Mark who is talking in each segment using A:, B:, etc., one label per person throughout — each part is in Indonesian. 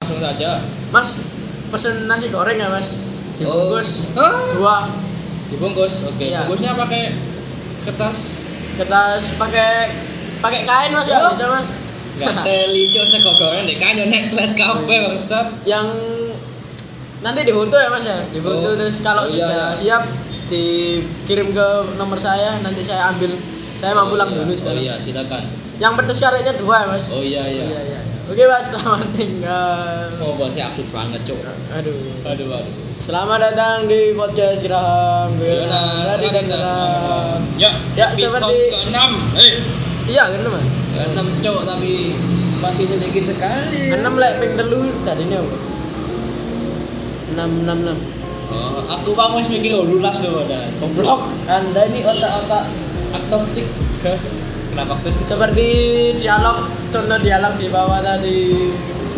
A: langsung saja.
B: Mas, pesen nasi goreng ya mas? Dibungkus
A: Oh.
B: dua
A: Dibungkus. Oke.
B: Iya.
A: Bungkusnya pakai kertas
B: kertas pakai pakai kain mas ya
A: Oh.
B: bisa mas?
A: nggak teli cuk segogoran deh kan yo neklet kabeh
B: Iya.
A: bangsat.
B: Yang nanti dihuntu ya mas ya? Dihuntu
A: Oh.
B: terus kalau
A: Oh, iya,
B: sudah
A: iya.
B: siap dikirim ke nomor saya nanti saya ambil saya mau pulang
A: Oh, iya.
B: dulu
A: Oh
B: sekarang.
A: iya, silakan.
B: Yang pedes karetnya dua ya mas?
A: Oh iya iya.
B: iya, iya. Oke mas, selamat tinggal.
A: Oh bosnya absurd banget cuk.
B: Aduh.
A: Aduh aduh.
B: Selamat datang di podcast Graham.
A: Yona,
B: Graham.
A: Raden,
B: Graham. Graham.
A: Ya,
B: Iya. Ya,
A: episode
B: seperti-
A: ke-6. Eh,
B: Iya kan teman?
A: ke-6 cok tapi masih sedikit sekali.
B: Enam lek ping telu tadi ini apa? Enam enam enam.
A: Oh, aku bang wis mikir oh, lulas loh ada.
B: Goblok.
A: Anda ini otak-otak agnostik. Hah? Kenapa agnostik?
B: Seperti dialog contoh dialog di bawah tadi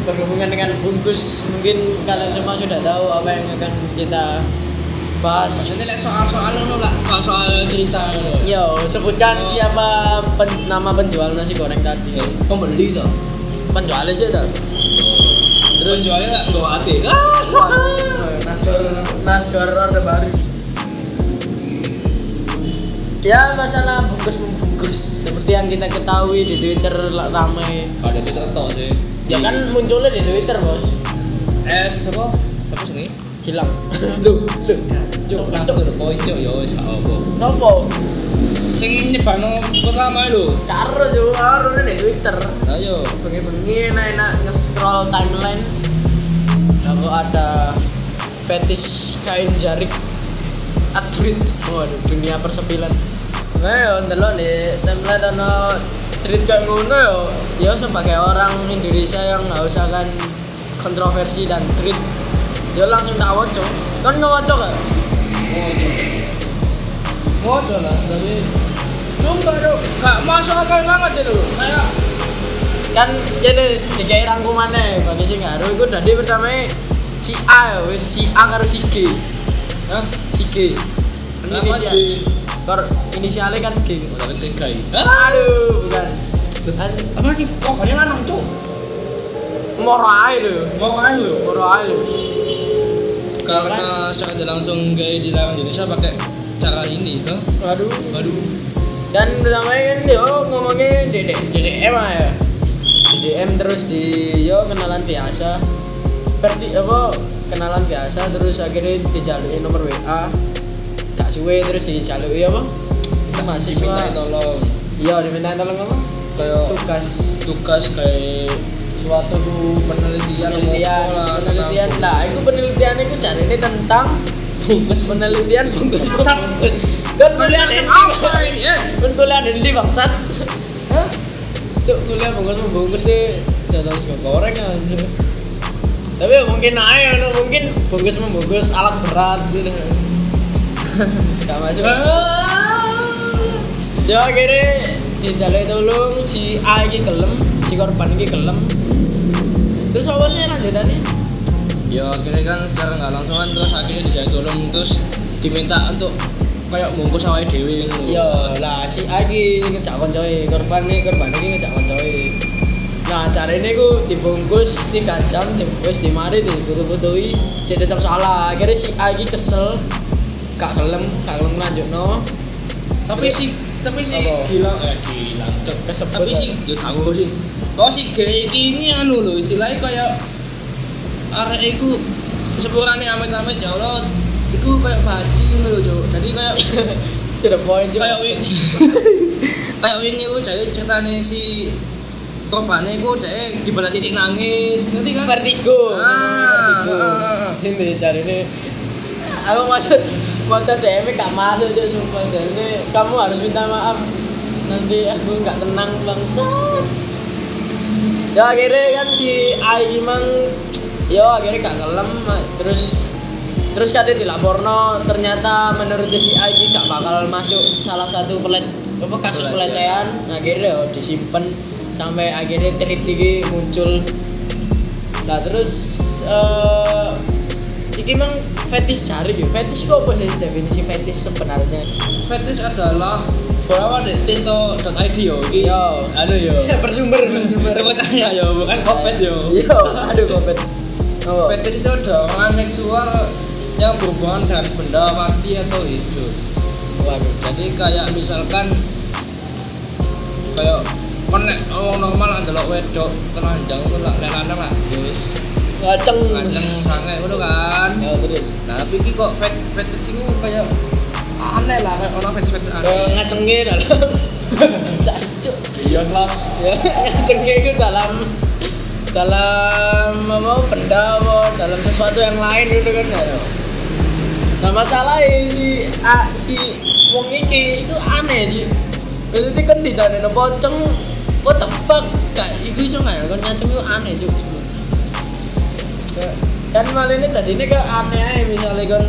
B: berhubungan dengan bungkus mungkin kalian semua sudah tahu apa yang akan kita
A: Nanti
B: bahas.
A: lek soal-soal ngono lah, soal-soal cerita ngono.
B: Yo, sebutkan siapa pen- nama penjual nasi goreng tadi.
A: Eh, Pembeli toh.
B: Penjualnya sih tuh.
A: Terus jualnya nggak nggak hati.
B: Iya.
A: Ah.
B: Naskor Naskor Orde Baru. Ya masalah bungkus membungkus seperti yang kita ketahui di Twitter lah ramai.
A: Ada cerita toh sih.
B: Ya kan munculnya di Twitter bos.
A: Eh, coba apa sini?
B: Hilang. Duh, duh.
A: Cuk,
B: Cuk,
A: langsung
B: cuk.
A: ke poin cuk, yo wis gak apa.
B: Sopo?
A: Sing nyebano pertama lho.
B: Karo jauh karo di Twitter.
A: Ayo.
B: Bengi-bengi enak-enak nge-scroll timeline. Lalu ada fetish kain jarik atlet. Waduh, dunia persepilan. Nah, yo ndelok di timeline ono tweet kayak ngono yo. Yo sebagai orang Indonesia yang haus akan kontroversi dan tweet, yo langsung tak wocok. Kan ngewocok gak? Wocok lah, tapi
A: Sumpah cuk, gak masuk akal banget itu. Kayak
B: kan gini sedikit rangkumannya bagi sing ngaruh itu tadi pertama si A ya wis si A karo si G
A: Hah?
B: si G Kan
A: Kenapa
B: inisial
A: G?
B: kor inisialnya kan G
A: Udah tiga ya.
B: aduh bukan kan
A: Apa sih? Kok banyak lanang cuk?
B: moro ae lho
A: Mau aja lho.
B: moro ae lho
A: karena saya ada langsung gaya di dalam Indonesia pakai cara ini kan
B: aduh
A: aduh
B: dan pertama kan yo ngomongnya dedek DDM aja ya DDM terus di yo kenalan biasa Verti apa kenalan biasa terus akhirnya dijaluki nomor WA gak suwe terus dijaluki apa masih
A: diminta tolong
B: iya diminta tolong apa
A: kayak
B: tugas
A: tugas kayak suatu penelitian
B: penelitian
A: apa lah,
B: penelitian
A: tentang-
B: lah itu penelitian itu cari ini tentang bungkus penelitian bungkus
A: Bangsat.
B: bungkus kan kuliah
A: penelitian
B: ini
A: apa ini ya
B: kan kuliah ini bangsat Hah? cuk kuliah bungkus membungkus sih jadwal suka goreng kan tapi ya mungkin aja no. mungkin bungkus membungkus alat berat gitu gak masuk ya akhirnya dijalai tolong si A ini kelem si korban ini kelem terus apa sih lanjutannya
A: ya akhirnya kan secara nggak langsungan terus akhirnya dijadi tolong terus diminta untuk kayak bungkus sama dewi gitu.
B: Yo lah si A ini ngejak koncoi korban nih korban ini ngejak koncoi. Nah cara ini ku dibungkus tiga jam dibungkus di mari dibutuh-butuhi si tetap salah akhirnya si A ini kesel gak kelem gak kelem lanjut no
A: tapi si tapi si
B: Apa?
A: gilang eh gilang cok
B: Kesebut
A: tapi
B: kan?
A: si ya tahu sih kalau si gay ini anu lho istilahnya kayak arek iku sepurane amit-amit ya Allah iku kayak baci ngono lho cok jadi kayak
B: tidak poin juga
A: kayak wing kayak wingi ku jadi ceritane si korbannya ku dek di bala titik nangis nanti kan
B: vertigo
A: Ah,
B: vertigo
A: ah, ah.
B: sini cari ini aku maksud maksud DM gak masuk cok sumpah jadi ini kamu harus minta maaf nanti aku nggak tenang bangsa ya akhirnya kan si Ai Imang yo akhirnya gak kelem terus terus katanya dilaporno ternyata menurut si Ai ini gak bakal masuk salah satu pelet apa kasus
A: Pelecehan.
B: pelecehan akhirnya yo, disimpan sampai akhirnya cerita ini muncul Nah terus eh iki mang fetish jari ya. Fetish kok apa sih definisi fetish sebenarnya?
A: fetish adalah Bawa dek tinto.id yo iki.
B: Yo.
A: Anu yo.
B: Saya bersumber
A: Percaya yo bukan kopet yo.
B: Yo, Iya, aduh kopet. Oh.
A: Fetish itu dorongan seksual yang berhubungan dengan benda mati atau hidup.
B: Waduh.
A: Jadi kayak misalkan kayak konek orang normal adalah wedok telanjang itu lah lelana lah guys
B: Ngaceng.
A: kenceng sangat itu kan
B: Ya terus.
A: nah tapi ini kok fet fetish itu kayak aneh lah kayak orang fetish fetish
B: Eh,
A: aneh
B: ngacengnya dalam. Cancuk.
A: iya kelas
B: ya ngacengnya itu dalam dalam apa benda apa dalam sesuatu yang lain gitu kan ya nah masalah si a, si wong iki itu aneh sih berarti kan di dana pocong what the fuck kayak itu iso nggak ya kan ngaceng itu aneh juga kan malah ini tadi ini kayak aneh aja misalnya kan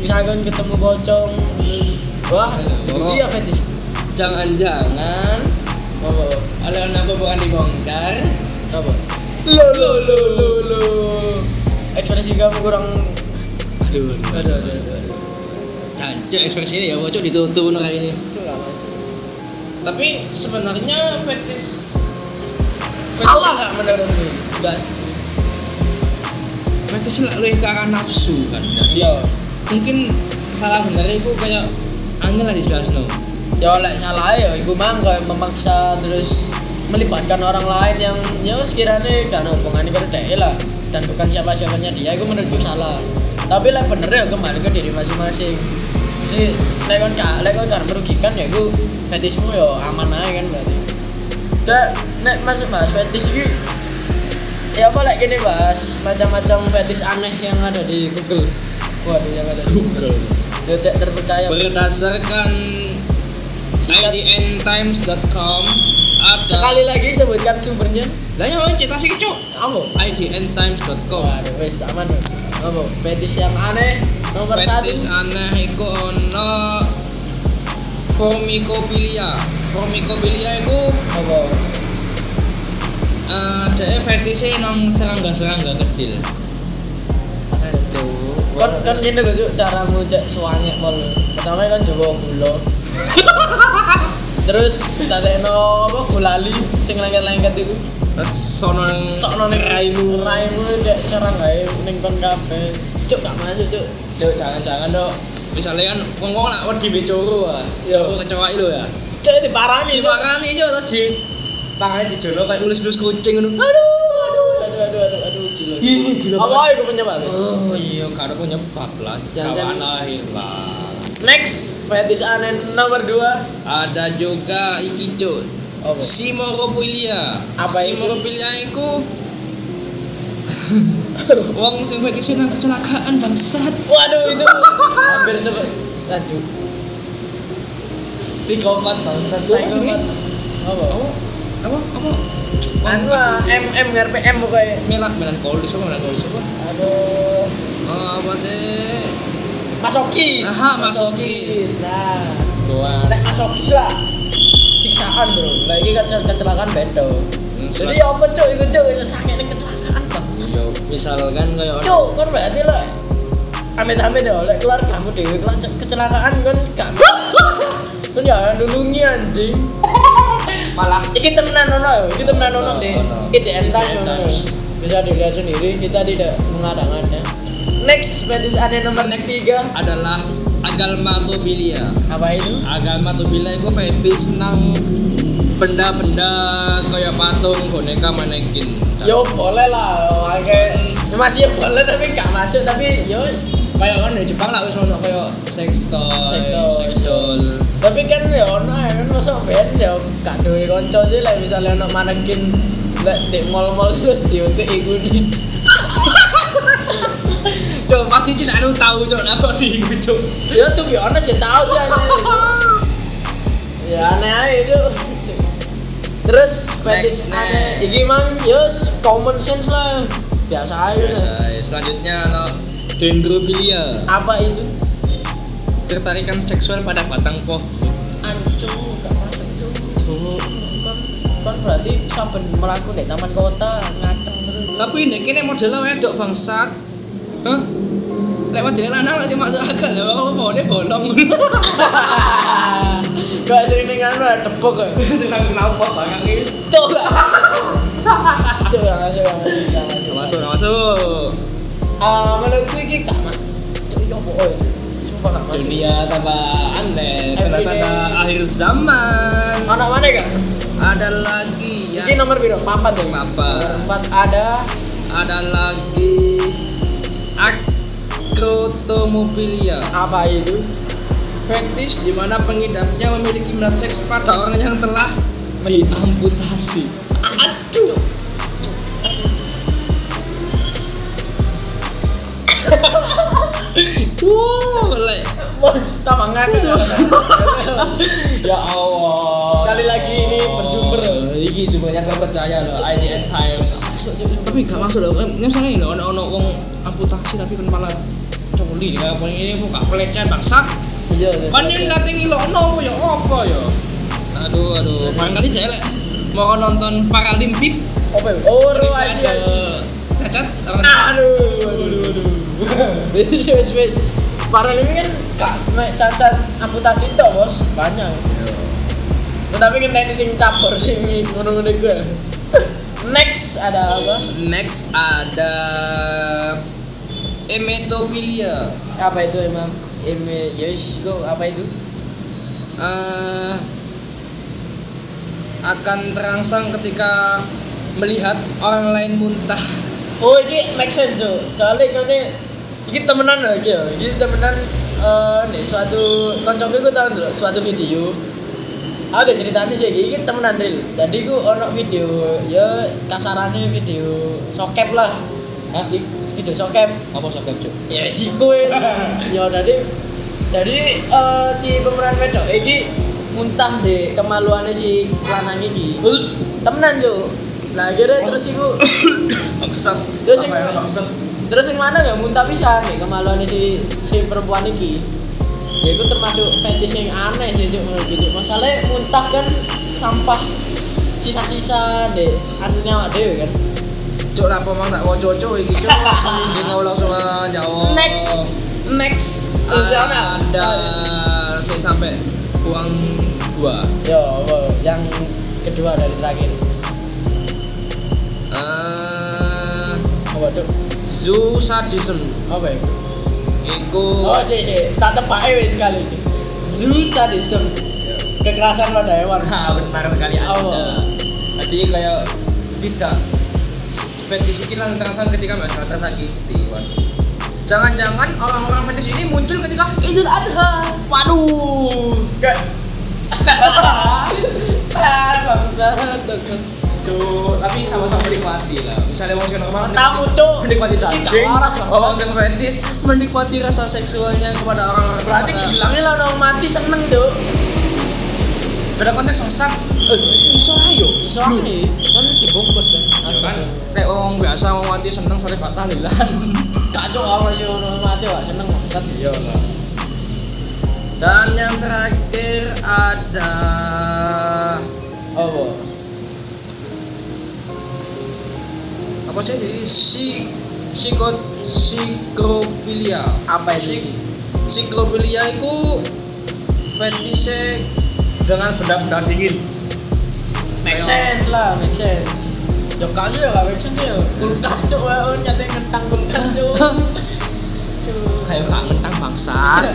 B: misalnya kan ketemu pocong terus, wah
A: Oh.
B: iya fetish
A: jangan-jangan
B: apa
A: Alana aku bukan dibongkar
B: apa lo lo lo lo lo ekspresi kamu kurang
A: aduh
B: aduh aduh aduh, aduh.
A: cancuk ekspresinya ya bocok ditutup orang ini
B: itu lah mas
A: tapi sebenarnya fetish
B: salah nggak menurutmu
A: dan fetish lah lebih ke arah nafsu kan jadi
B: iya
A: mungkin salah benernya itu kayak angin lah di Slasno
B: ya oleh salah ya ibu mang kayak memaksa terus melibatkan orang lain yang ya sekiranya kan hubungannya ke dia lah dan bukan siapa-siapanya dia itu menurutku salah tapi lah bener ya kembali ke diri masing-masing si lekon kak lekon kan merugikan ya itu fetishmu ya aman aja kan berarti Dek, nek masuk bahas fetish ini ya apa lagi nih bahas macam-macam fetish aneh yang ada di Google waduh yang ada di Google ya cek terpercaya
A: berdasarkan idntimes.com ada
B: sekali lagi sebutkan sumbernya
A: lah ya cerita sih cuk
B: apa
A: idntimes.com
B: waduh wes aman dong. apa fetish yang aneh nomor
A: Fetish
B: satu
A: aneh iku ono formicophilia. Formicophilia iku
B: apa
A: eh dhek fetishnya nang serangga-serangga kecil.
B: aduh kan kan gini loh Cuk, caramu cek suanya mol pertama kan coba gula terus kita no apa gulali sing lengket-lengket itu
A: Terus sono nang
B: sakno ning raimu raimu cek cara gawe ning kon kabeh cuk gak masuk cuk
A: Cuk, jangan-jangan dok. Misalnya kan wong-wong nak wedi be coro ah.
B: Iya.
A: Coro kecoa lho ya.
B: cuk diparani Cuk.
A: Dimakani yo terus di tangannya dijono kayak ulus-ulus kucing ngono.
B: aduh aduh aduh aduh aduh aduh gila
A: Ih, gila
B: apa
A: banget.
B: itu penyebab
A: Oh iya, karo penyebab lah. ya,
B: Jangan-
A: Kawan lahir lah.
B: next fetish aneh nomor 2
A: Ada juga iki cuk,
B: apa
A: Simorophilia.
B: Apa itu?
A: Simorophilia itu Wong sing fetishnya nang kecelakaan bangsat.
B: waduh itu hampir sebut lanjut
A: Psikopat bangsat.
B: psikopat apa
A: Oh, Apa? Apa?
B: anu ah, mm rpm pokoknya
A: Melan melankolis apa melankolis apa?
B: aduh
A: Oh, apa sih?
B: masokis
A: Aha, masokis.
B: nah
A: Doa.
B: nek masokis lah siksaan bro lagi kan kecelakaan beda
A: Hmm,
B: jadi
A: surat-
B: apa cuk itu cuk itu sakit ini kecelakaan bang
A: Yo, misalkan kayak orang-
B: Cuk, kan berarti lo amit-amit ya oleh keluar kamu dewi kelar ce- kecelakaan kan gak kan jangan dulungi anjing
A: malah
B: ini temenan ono ya ini temenan ono deh
A: Ono.
B: ini di entar
A: Di entar.
B: bisa dilihat sendiri kita tidak mengadang-adang next fetish ada nomor
A: next
B: tiga
A: adalah agalmatobilia.
B: apa itu
A: agama tuh bilang gue fetish nang benda-benda kayak patung boneka manekin
B: yo boleh lah oke
A: Hmm.
B: masih ya boleh tapi gak masuk tapi yo
A: kayak kan di Jepang lah wis ono kayak sex toy
B: Sex toy.
A: sex doll
B: tapi kan ya ono ya kan masuk band ya gak duwe kanca sih lah misalnya ono manekin lek di mall-mall terus diuntik iku nih
A: cok pasti cina lu tahu cok apa di iku cok
B: ya tuh be honest ya tahu sih aneh itu. ya aneh aja itu terus fetish
A: Next,
B: aneh
A: next.
B: iki mang yos common sense lah biasa aja
A: biasa
B: lah.
A: ya. selanjutnya ono dendrobilia
B: apa itu
A: ketertarikan seksual pada batang pohon
B: ancu gak masuk cu
A: Cuk.
B: kan kan berarti sampai melaku di taman kota ngaceng terus
A: tapi ini kini modelnya wedok bangsat hah lewat jalan lanang aja masuk akal lah apa pohonnya bolong
B: gak sering dengan lu ada tepuk ya
A: Senang kenapa barang ini?
B: Coba. Coba masuk, masuk, masuk.
A: Masuk, masuk.
B: ah menurutku iki gak mak cuk iki opo oi sumpah gak masuk
A: dunia tambah aneh
B: Everyday.
A: tanda-tanda akhir zaman
B: anak mana gak
A: ada lagi
B: ini
A: ya
B: nomor biru papat ya Mak?
A: Papat.
B: Nomor empat ada
A: ada lagi akrotomobilia
B: apa itu
A: fetish di mana pengidapnya memiliki minat seks pada orang yang telah diamputasi
B: aduh
A: wow le.
B: tambah ngakak
A: ya Allah
B: Sekali lagi ini bersumber.
A: ini sumbernya terpercaya loh ICN Times tapi gak masuk loh em em sange loh ono ono wong amputasi tapi kan malah coli ya apa ini kok gak pelecehan bangsat
B: iya iya
A: kan ini nanti ngilono ya apa ya aduh aduh barangkali dia lek mau nonton Paralimpik
B: apa ya oh
A: tapi
B: ro
A: gak
B: aja
A: ada cacat orang-
B: aduh aduh aduh wis wis wis Paralimi kan gak mek cacat kan? amputasi tok bos banyak tetapi kena ini sing cabur sing ngono-ngono gue next ada apa
A: next ada emetofilia
B: apa itu emang Eme Yosh go apa itu
A: eh akan terangsang ketika melihat orang lain muntah.
B: oh ini make sense tuh soalnya kau ini ini temenan loh iki ya ini temenan eh nih suatu koncoku gue tahu dulu suatu video aku udah ceritanya sih iki iki temenan real jadi gue ono video ya kasarannya video sokep lah
A: Hah?
B: Di- video sokep
A: Apa sakit cok?
B: ya si kue ya tadi jadi eh, si pemeran wedok iki muntah deh kemaluannya si lanang iki temenan cuy nah akhirnya terus iku
A: Maksud.
B: Terus
A: apa
B: yang-
A: ya maksud?
B: terus yang mana ya muntah pisan nih kemaluan si si perempuan iki ya itu termasuk fetish yang aneh sih cuk menurut gue, Cuk. masalahnya muntah kan sampah sisa-sisa deh anunya awak dewe kan
A: Cok lah pomong tak wong cocok iki cok. Dia ngolong sama Jawa. Ah,
B: next next Luciana
A: Ada saya sampai uang dua.
B: yo wow, Ya, yang kedua dari terakhir
A: eh
B: apa cuk
A: zoo sadism.
B: apa ya
A: Iku.
B: oh sih sih tak tebak aja wis sekali iki. zoo sadism kekerasan pada hewan
A: Nah, benar sekali Anda.
B: Oh.
A: Jadi kayak tidak fetish ini langsung terasa ketika mereka tersakiti. Waduh. Jangan-jangan orang-orang fetish ini muncul ketika Idul Adha.
B: Waduh, kayak ah bangsa dokter.
A: Cuk, tapi sama-sama menikmati lah. Misalnya orang yang normal kan
B: Tamu cuk,
A: menikmati
B: Ini gak
A: daging.
B: waras
A: Orang
B: banget.
A: yang fetish menikmati rasa seksualnya kepada orang-orang
B: Berarti
A: tertentu.
B: bilangnya lah orang mati seneng cuk.
A: Pada konteks sesat. Eh, iso ayo.
B: Iso ae, kan dibungkus kan.
A: Ya Kan, kayak orang biasa orang mati seneng sore patah lilan.
B: Gak cuk orang masih orang mati wak seneng Kan? banget.
A: Iya lah. Dan yang terakhir ada
B: Oh, boh.
A: apa sih? Si psikot psikrofilia.
B: apa itu sih?
A: Psikrofilia itu fetishnya dengan benda-benda dingin.
B: Make sense lah, make sense. Yo kali ya gak make sense ya. Kulkas cuk wae nyatanya kentang kulkas cuk. Cuk.
A: Kayak gak ngentang bangsat.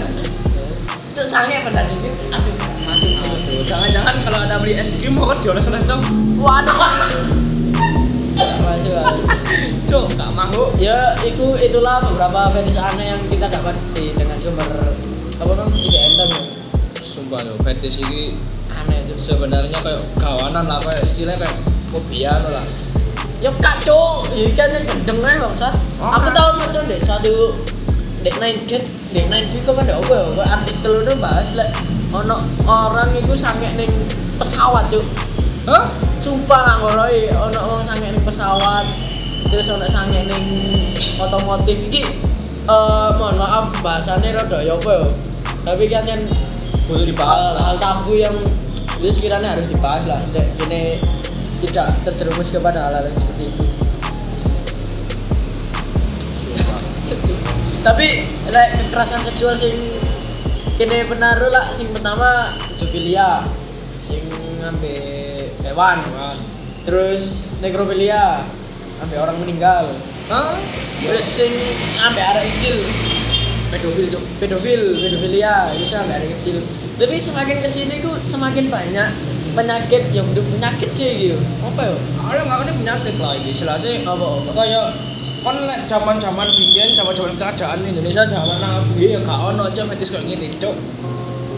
B: Cuk sange benar ini. Aduh, masuk.
A: Aduh, jangan-jangan kalau ada beli es krim kok dioles-oles dong.
B: Waduh. Masuk. Masuk.
A: Cuk, gak mau.
B: ya itu itulah beberapa fetish aneh yang kita dapati dengan sumber apa namanya tidak enter ya.
A: Sumpah loh, fetish ini
B: aneh itu
A: sebenarnya kayak kawanan lah, kayak istilahnya kayak kopian lah.
B: ya kak cok ya kan yang gendeng aja bangsa
A: Oh,
B: aku
A: kan.
B: tahu macam deh satu dek nine dek dek nine dek kok ada apa ya Kok artikel itu bahas lah ono orang itu sange neng pesawat cok
A: Hah?
B: sumpah nggak ngoroi ono orang sange neng pesawat terus ono sange neng otomotif iki eh mohon maaf bahasannya rada ya apa ya tapi kan kan
A: Butuh dibahas
B: hal,
A: lah.
B: hal tabu yang itu sekiranya harus dibahas lah Cek, ini tidak terjerumus kepada hal-hal yang seperti itu tapi like, kekerasan seksual sing kini penaruh lah sing pertama zoofilia sing ngambil hewan
A: Hewan.
B: terus nekrofilia ambil orang meninggal
A: Hah?
B: Terus sing ambek arek kecil,
A: pedofil cok
B: pedofil, pedofilia, itu sih ambek arek kecil. Tapi semakin kesini ku semakin banyak penyakit yang udah penyakit sih gitu. Apa ya?
A: ada nggak ada penyakit lah ini selasi
B: Apa apa?
A: kayak kan lek zaman zaman biyen zaman zaman kerajaan Indonesia zaman nabi ya gak ono cok fetis kayak gini cok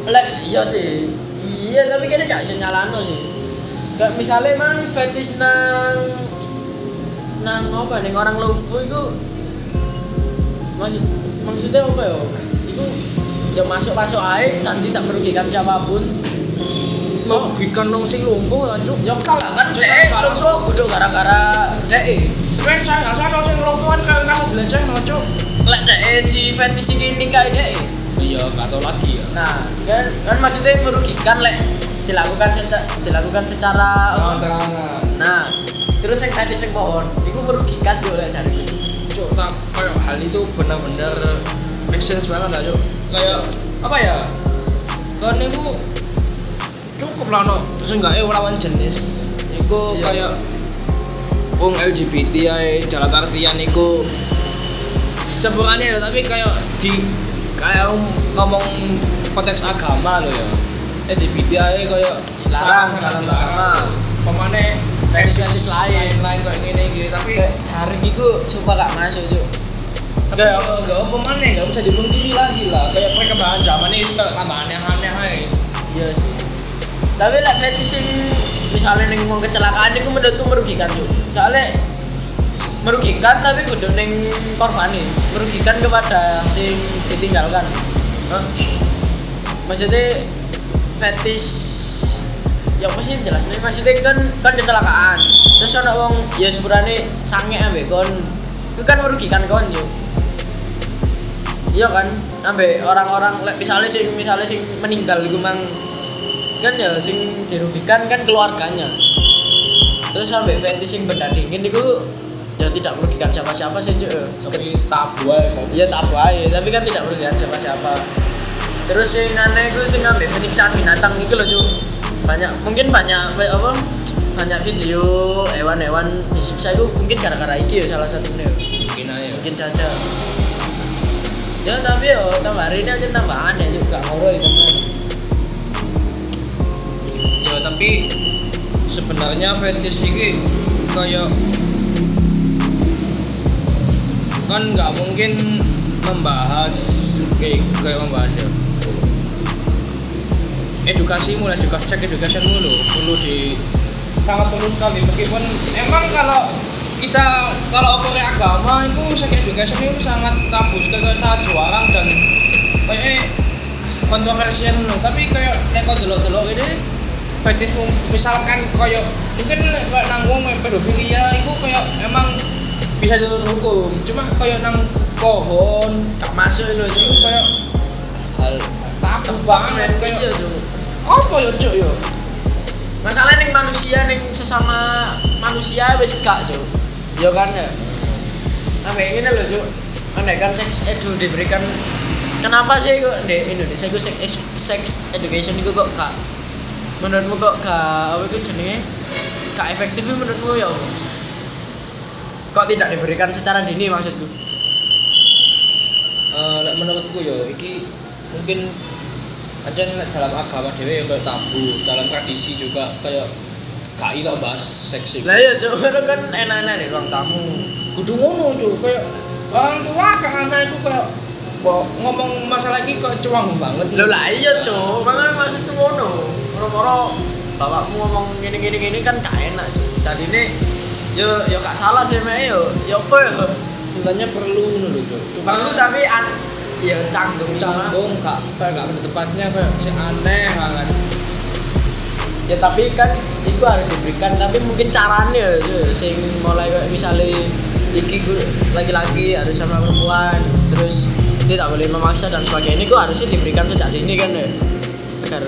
B: Lek, iya sih. Iya, tapi kayaknya gak bisa nyalano sih. Gak misalnya emang fetish nang nang apa nih orang lumpuh itu maksud maksudnya apa ya? Itu ya masuk masuk air nanti tak merugikan siapapun. Cok,
A: merugikan nong sing lumpuh lah cok
B: ya kalah kan dek, lu sok kudu gara-gara dek. e.
A: Sebenarnya saya nggak sadar sing lumpuhan kayak kasus leceh no cok
B: Lek dek e, si fetish ini nikah dek. e.
A: iya gak tau lagi ya
B: Nah, kan kan maksudnya merugikan lek dilakukan secara dilakukan secara
A: terangan
B: Nah, terus yang tadi sing pohon, itu merugikan juga oleh cari kucing.
A: cok tak kayak hal itu benar-benar make sense banget lah cok kayak apa ya kan itu cukup lah no terus enggak eh lawan jenis itu
B: Iya.
A: kayak wong LGBT ya jalan artian itu sebenarnya tapi kayak di kayak ngomong konteks agama lo ya LGBT ya kayak
B: Dilarang,
A: sangat-sangat
B: dalam
A: dilarang.
B: agama.
A: pemane
B: Fetish-fetish lain.
A: lain kayak gini gitu tapi
B: Kayak cari itu sumpah gak masuk juga.
A: Enggak, enggak apa mana, enggak bisa dipungkiri lagi lah. Kayak perkembangan zaman ini suka tambah aneh-aneh aja.
B: Iya sih. Tapi lah fetish yang misalnya neng mau kecelakaan itu menurutku merugikan juga. Soalnya merugikan tapi kudu neng korban nih. Merugikan kepada si ditinggalkan.
A: Hah?
B: Maksudnya fetish ya apa sih jelas nih maksudnya kan kan kecelakaan terus ada wong ya sebenarnya sange ambek kon itu kan merugikan kon yuk iya kan ambek orang-orang lek misalnya sing misalnya sing meninggal iku mang kan ya sing dirugikan kan keluarganya terus sampai fetish sing benda dingin itu ya tidak merugikan siapa-siapa sih cuy
A: Seperti tabu aja kok.
B: Iya tak wae, tapi kan tidak merugikan siapa-siapa. Terus sing aneh gue sing ngambil penyiksaan binatang itu loh cuy. Banyak mungkin banyak apa- apa banyak video hewan-hewan disiksa itu mungkin gara-gara iki ya salah satunya. ya.
A: Mungkin aja.
B: Mungkin saja. Ya tapi yo tambah hari ini aja tambah aneh juga horor itu mana.
A: Ya, tapi sebenarnya fetish ini kayak kan nggak mungkin membahas kayak kayak membahas ya. Edukasi mulai edukasi cek education mulu perlu di sangat perlu sekali meskipun emang kalau kita kalau opor agama itu sex education itu sangat tabu sekali kayak sangat juarang dan kayak kontroversial tapi kayak nek kau delok-delok ini fetish mu- misalkan kayak mungkin nek kayak nanggung pedofilia itu kayak emang bisa dituntut hukum cuma kayak nang pohon
B: Gak masuk itu cuy.
A: itu kayak hal tabu banget
B: Iya
A: kayak
B: cuy.
A: apa ya cuk ya
B: Masalah ning manusia ning sesama manusia wis gak cuy. Iya kan ya.
A: Hmm.
B: Ambek ini loh cuk, andaikan seks edu diberikan kenapa sih kok di Indonesia gue seks seks education gue kok gak menurutmu kok gak apa itu jenenge gak efektif itu menurutmu ya apa? kok tidak diberikan secara dini maksudku
A: Eh, lek menurutku ya iki mungkin aja nek dalam agama dhewe ya kayak tabu dalam tradisi juga kayak gak ilang bahas seks iku.
B: lah ya coba kan enak-enak di ruang tamu
A: kudu ngono cuy kayak orang tua ke anak itu kayak bo- ngomong masalah ini kok cuang banget
B: lo lah iya coba makanya maksudku ngono moro-moro bapakmu ngomong gini-gini gini kan gak enak coba tadi ini yo yo gak salah sih mek yo yo apa ya
A: sebenarnya perlu ngono cuy cuma
B: perlu tapi an ya canggung
A: kan canggung gak kayak gak pada tempatnya kayak si aneh kan. banget
B: ya tapi kan itu harus diberikan tapi mungkin caranya ya, sing mulai kayak misalnya iki gue laki-laki harus sama perempuan terus dia tak boleh memaksa dan sebagainya itu harusnya diberikan sejak dini kan ya agar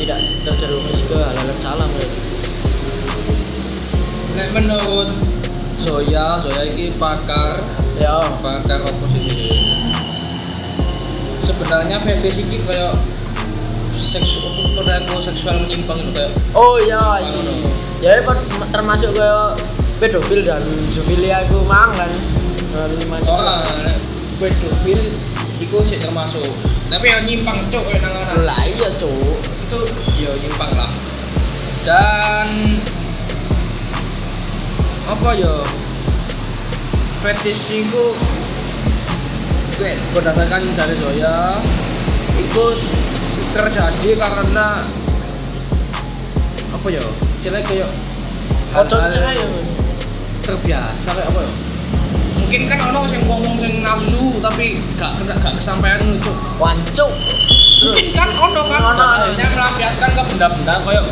B: tidak terjerumus ke hal-hal yang salah ya.
A: nek menurut Zoya Zoya ini pakar
B: ya
A: bakar opus ini sebenarnya fetish ini kayak seksual
B: iya,
A: perilaku seksual menyimpang itu kayak
B: oh ya sih ya itu iya, termasuk kayak pedofil dan zoofilia aku mang kan Nah, minuman cocok.
A: Ora, nek pedofil iku sih termasuk. Tapi yang nyimpang cuk nek nang lanang.
B: lah iya cuk
A: Itu ya nyimpang lah. Dan apa ya? Fetish iku gue berdasarkan jari saya itu terjadi karena apa ya? Jelek kayak
B: kocok
A: hal-hal-
B: cerai ya
A: terbiasa kayak apa ya? Mungkin kan ono sing ngomong sing nafsu tapi gak gak, gak kesampaian lucu.
B: wancuk
A: Mungkin
B: Terus.
A: kan ono kan
B: Ono, ono.
A: hanya melampiaskan ke benda-benda kayak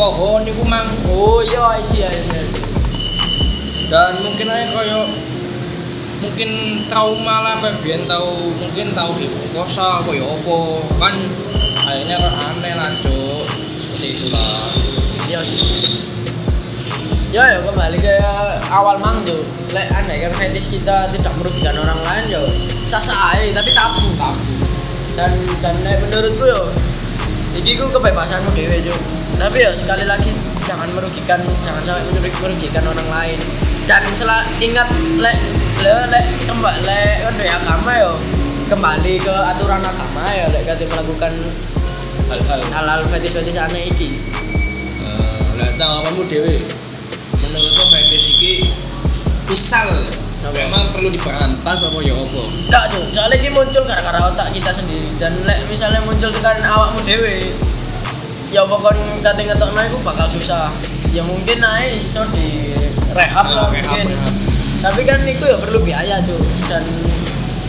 A: pohon iku mang
B: oh iya iya iya
A: dan mungkin aja kayak mungkin trauma lah kayak biyen tahu mungkin tahu hipokosa kayak apa kan akhirnya kan aneh lah cuk seperti itulah
B: iya sih ya ya kembali ke awal mang tuh lek andai kan fetish kita tidak merugikan orang lain yo sah sah aja tapi tabu
A: tabu
B: dan dan lek menurutku yo ini ku kebebasanmu dewe Jo. tapi ya sekali lagi jangan merugikan jangan sampai merugi- merugikan orang lain dan setelah ingat lek lek lek kembali lek kode agama yo kembali ke aturan agama ya lek kate melakukan
A: hal-hal
B: halal fetish fetish aneh iki
A: Eh, lah tanggapanmu dewe menurutmu fetish iki misal
B: Apa?
A: memang perlu diperantas apa ya apa
B: Tak tuh, soalnya ini muncul gara-gara otak kita sendiri dan lek misalnya muncul tekan awakmu dewe ya pokoknya kata ngetok naik bakal susah ya mungkin naik iso di rehab
A: Eh,
B: lah
A: rehab,
B: mungkin
A: rehab.
B: tapi kan itu ya perlu biaya tuh dan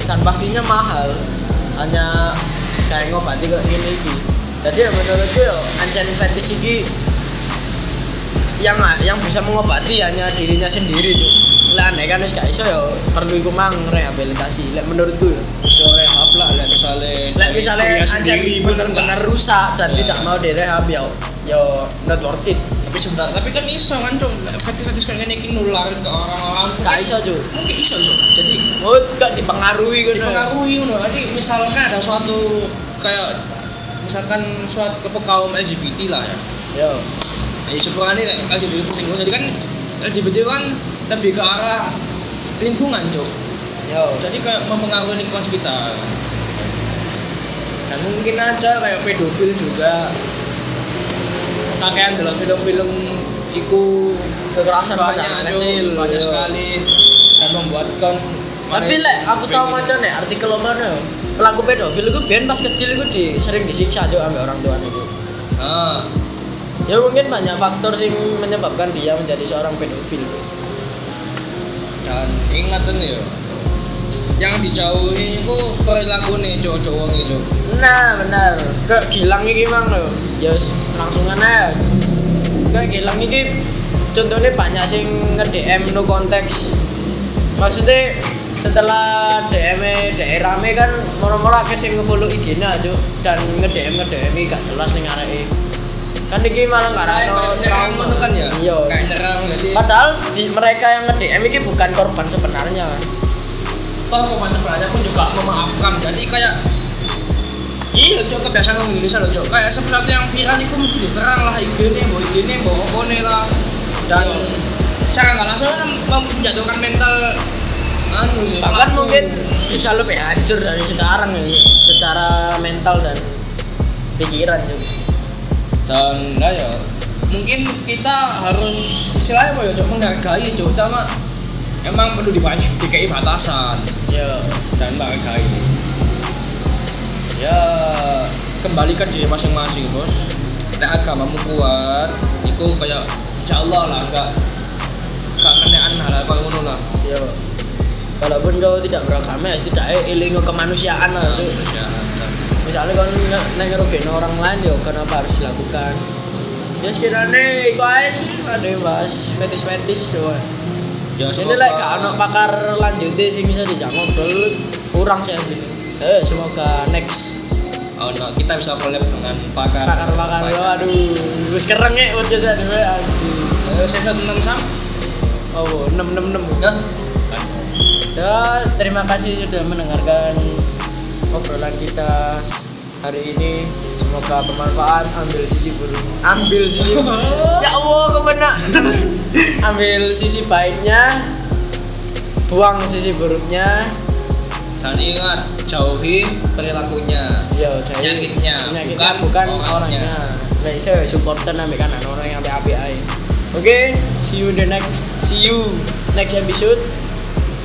B: dan pastinya mahal hanya kayak ngobati kok gini iki jadi ya menurutku ya ancen fetish iki yang yang bisa mengobati hanya dirinya sendiri tuh lah andai kan wis gak iso ya perlu iku mang rehabilitasi lek menurutku ya
A: bisa rehab lah lah misalnya
B: Lek misalnya
A: Kuliah
B: anjir
A: sendiri,
B: bener-bener
A: nggak?
B: rusak dan
A: Ya.
B: tidak mau direhab ya ya not worth it.
A: tapi sebentar tapi kan iso kan cok fetish-fetish kayak gini iki nular ke orang-orang
B: Gak iso, Cuk.
A: mungkin iso Cuk. jadi
B: Mood gak dipengaruhi ngono.
A: dipengaruhi loh jadi misalkan ada suatu kayak misalkan suatu ke kaum LGBT lah ya
B: Yo.
A: ya syukurannya lah LGBT itu singgung jadi kan LGBT kan lebih ke arah lingkungan cok
B: Yo.
A: jadi kayak mempengaruhi lingkungan sekitar dan mungkin aja kayak pedofil juga pakaian dalam film-film itu
B: Kekerasan pada
A: banyak
B: anak
A: Cuk.
B: kecil.
A: banyak
B: yo.
A: sekali dan membuatkan
B: Tapi lek aku tahu macam nih artikel mana yo. Pelaku pedofil itu biyen pas kecil itu di, sering disiksa juga ambil orang tuanya itu.
A: Ah,
B: Ya mungkin banyak faktor sing menyebabkan dia menjadi seorang pedofil. Cuk.
A: dan ingatan ya yang dijauhi itu perilaku nih cowok-cowok gitu
B: Nah, benar. Kok gilang iki mang lho. Ya wis, langsung aja. Kok gilang iki contohnya banyak sing nge-DM no konteks. Maksudnya setelah DM -e- DM rame kan moro-moro akeh sing nge-follow IG-ne aja dan nge-DM nge-DM iki gak jelas ning areke. Kan iki malah gak
A: Kayak-
B: ono
A: kayak nyerang
B: trauma
A: itu kan ya
B: Iya. Kan
A: kayak nyerang jadi
B: Padahal di, mereka yang nge-DM iki bukan korban sebenarnya.
A: toh korban sebenarnya pun juga memaafkan jadi kayak iya cok kebiasaan orang Indonesia loh cok kayak sesuatu yang viral itu mesti diserang lah IG nih mau IG nih mau apa nih lah dan
B: Iya.
A: secara nggak langsung kan mem- menjatuhkan mental anu ya,
B: bahkan
A: pelaku.
B: mungkin bisa lebih hancur dari sekarang ya secara mental dan pikiran juga
A: dan nah ya mungkin kita harus istilahnya apa ya cok menghargai cok sama emang perlu dibantu DKI batasan
B: ya
A: dan menghargai ya kembalikan diri masing-masing bos nah agamamu kuat itu kayak insya Allah lah gak gak kenaan hal-hal kayak ngono lah Nah,
B: ya walaupun kau tidak beragama ya setidaknya iling kemanusiaan lah Cuk.
A: Indonesia nah.
B: misalnya kau neng orang lain ya kenapa harus dilakukan ya sekiranya itu aja sih ada yang bahas fetis-fetis coba
A: ya
B: ini lah gak ada pakar lanjutnya sih bisa dijak ngobrol kurang sih asli eh semoga next
A: oh, no. kita bisa collab dengan pakar
B: pakar-pakar lo aduh wis kereng ya podcast aduh aduh
A: Eh, saya sudah tentang sam
B: Oh, 666.
A: ya
B: Ya, terima kasih sudah mendengarkan obrolan kita hari ini semoga bermanfaat ambil sisi buruk ambil sisi ya Allah kemana ambil sisi baiknya buang sisi buruknya
A: Dan ingat, jauhi perilakunya.
B: ya
A: Iya,
B: jadi
A: Penyakitnya,
B: penyakitnya bukan,
A: bukan
B: orangnya
A: orangnya.
B: nah iso ya supporter nambah kanan orang yang api api oke see you the next see you next episode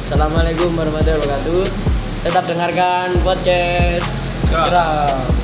B: assalamualaikum warahmatullahi wabarakatuh tetap dengarkan podcast
A: Gerak.
B: Gerak.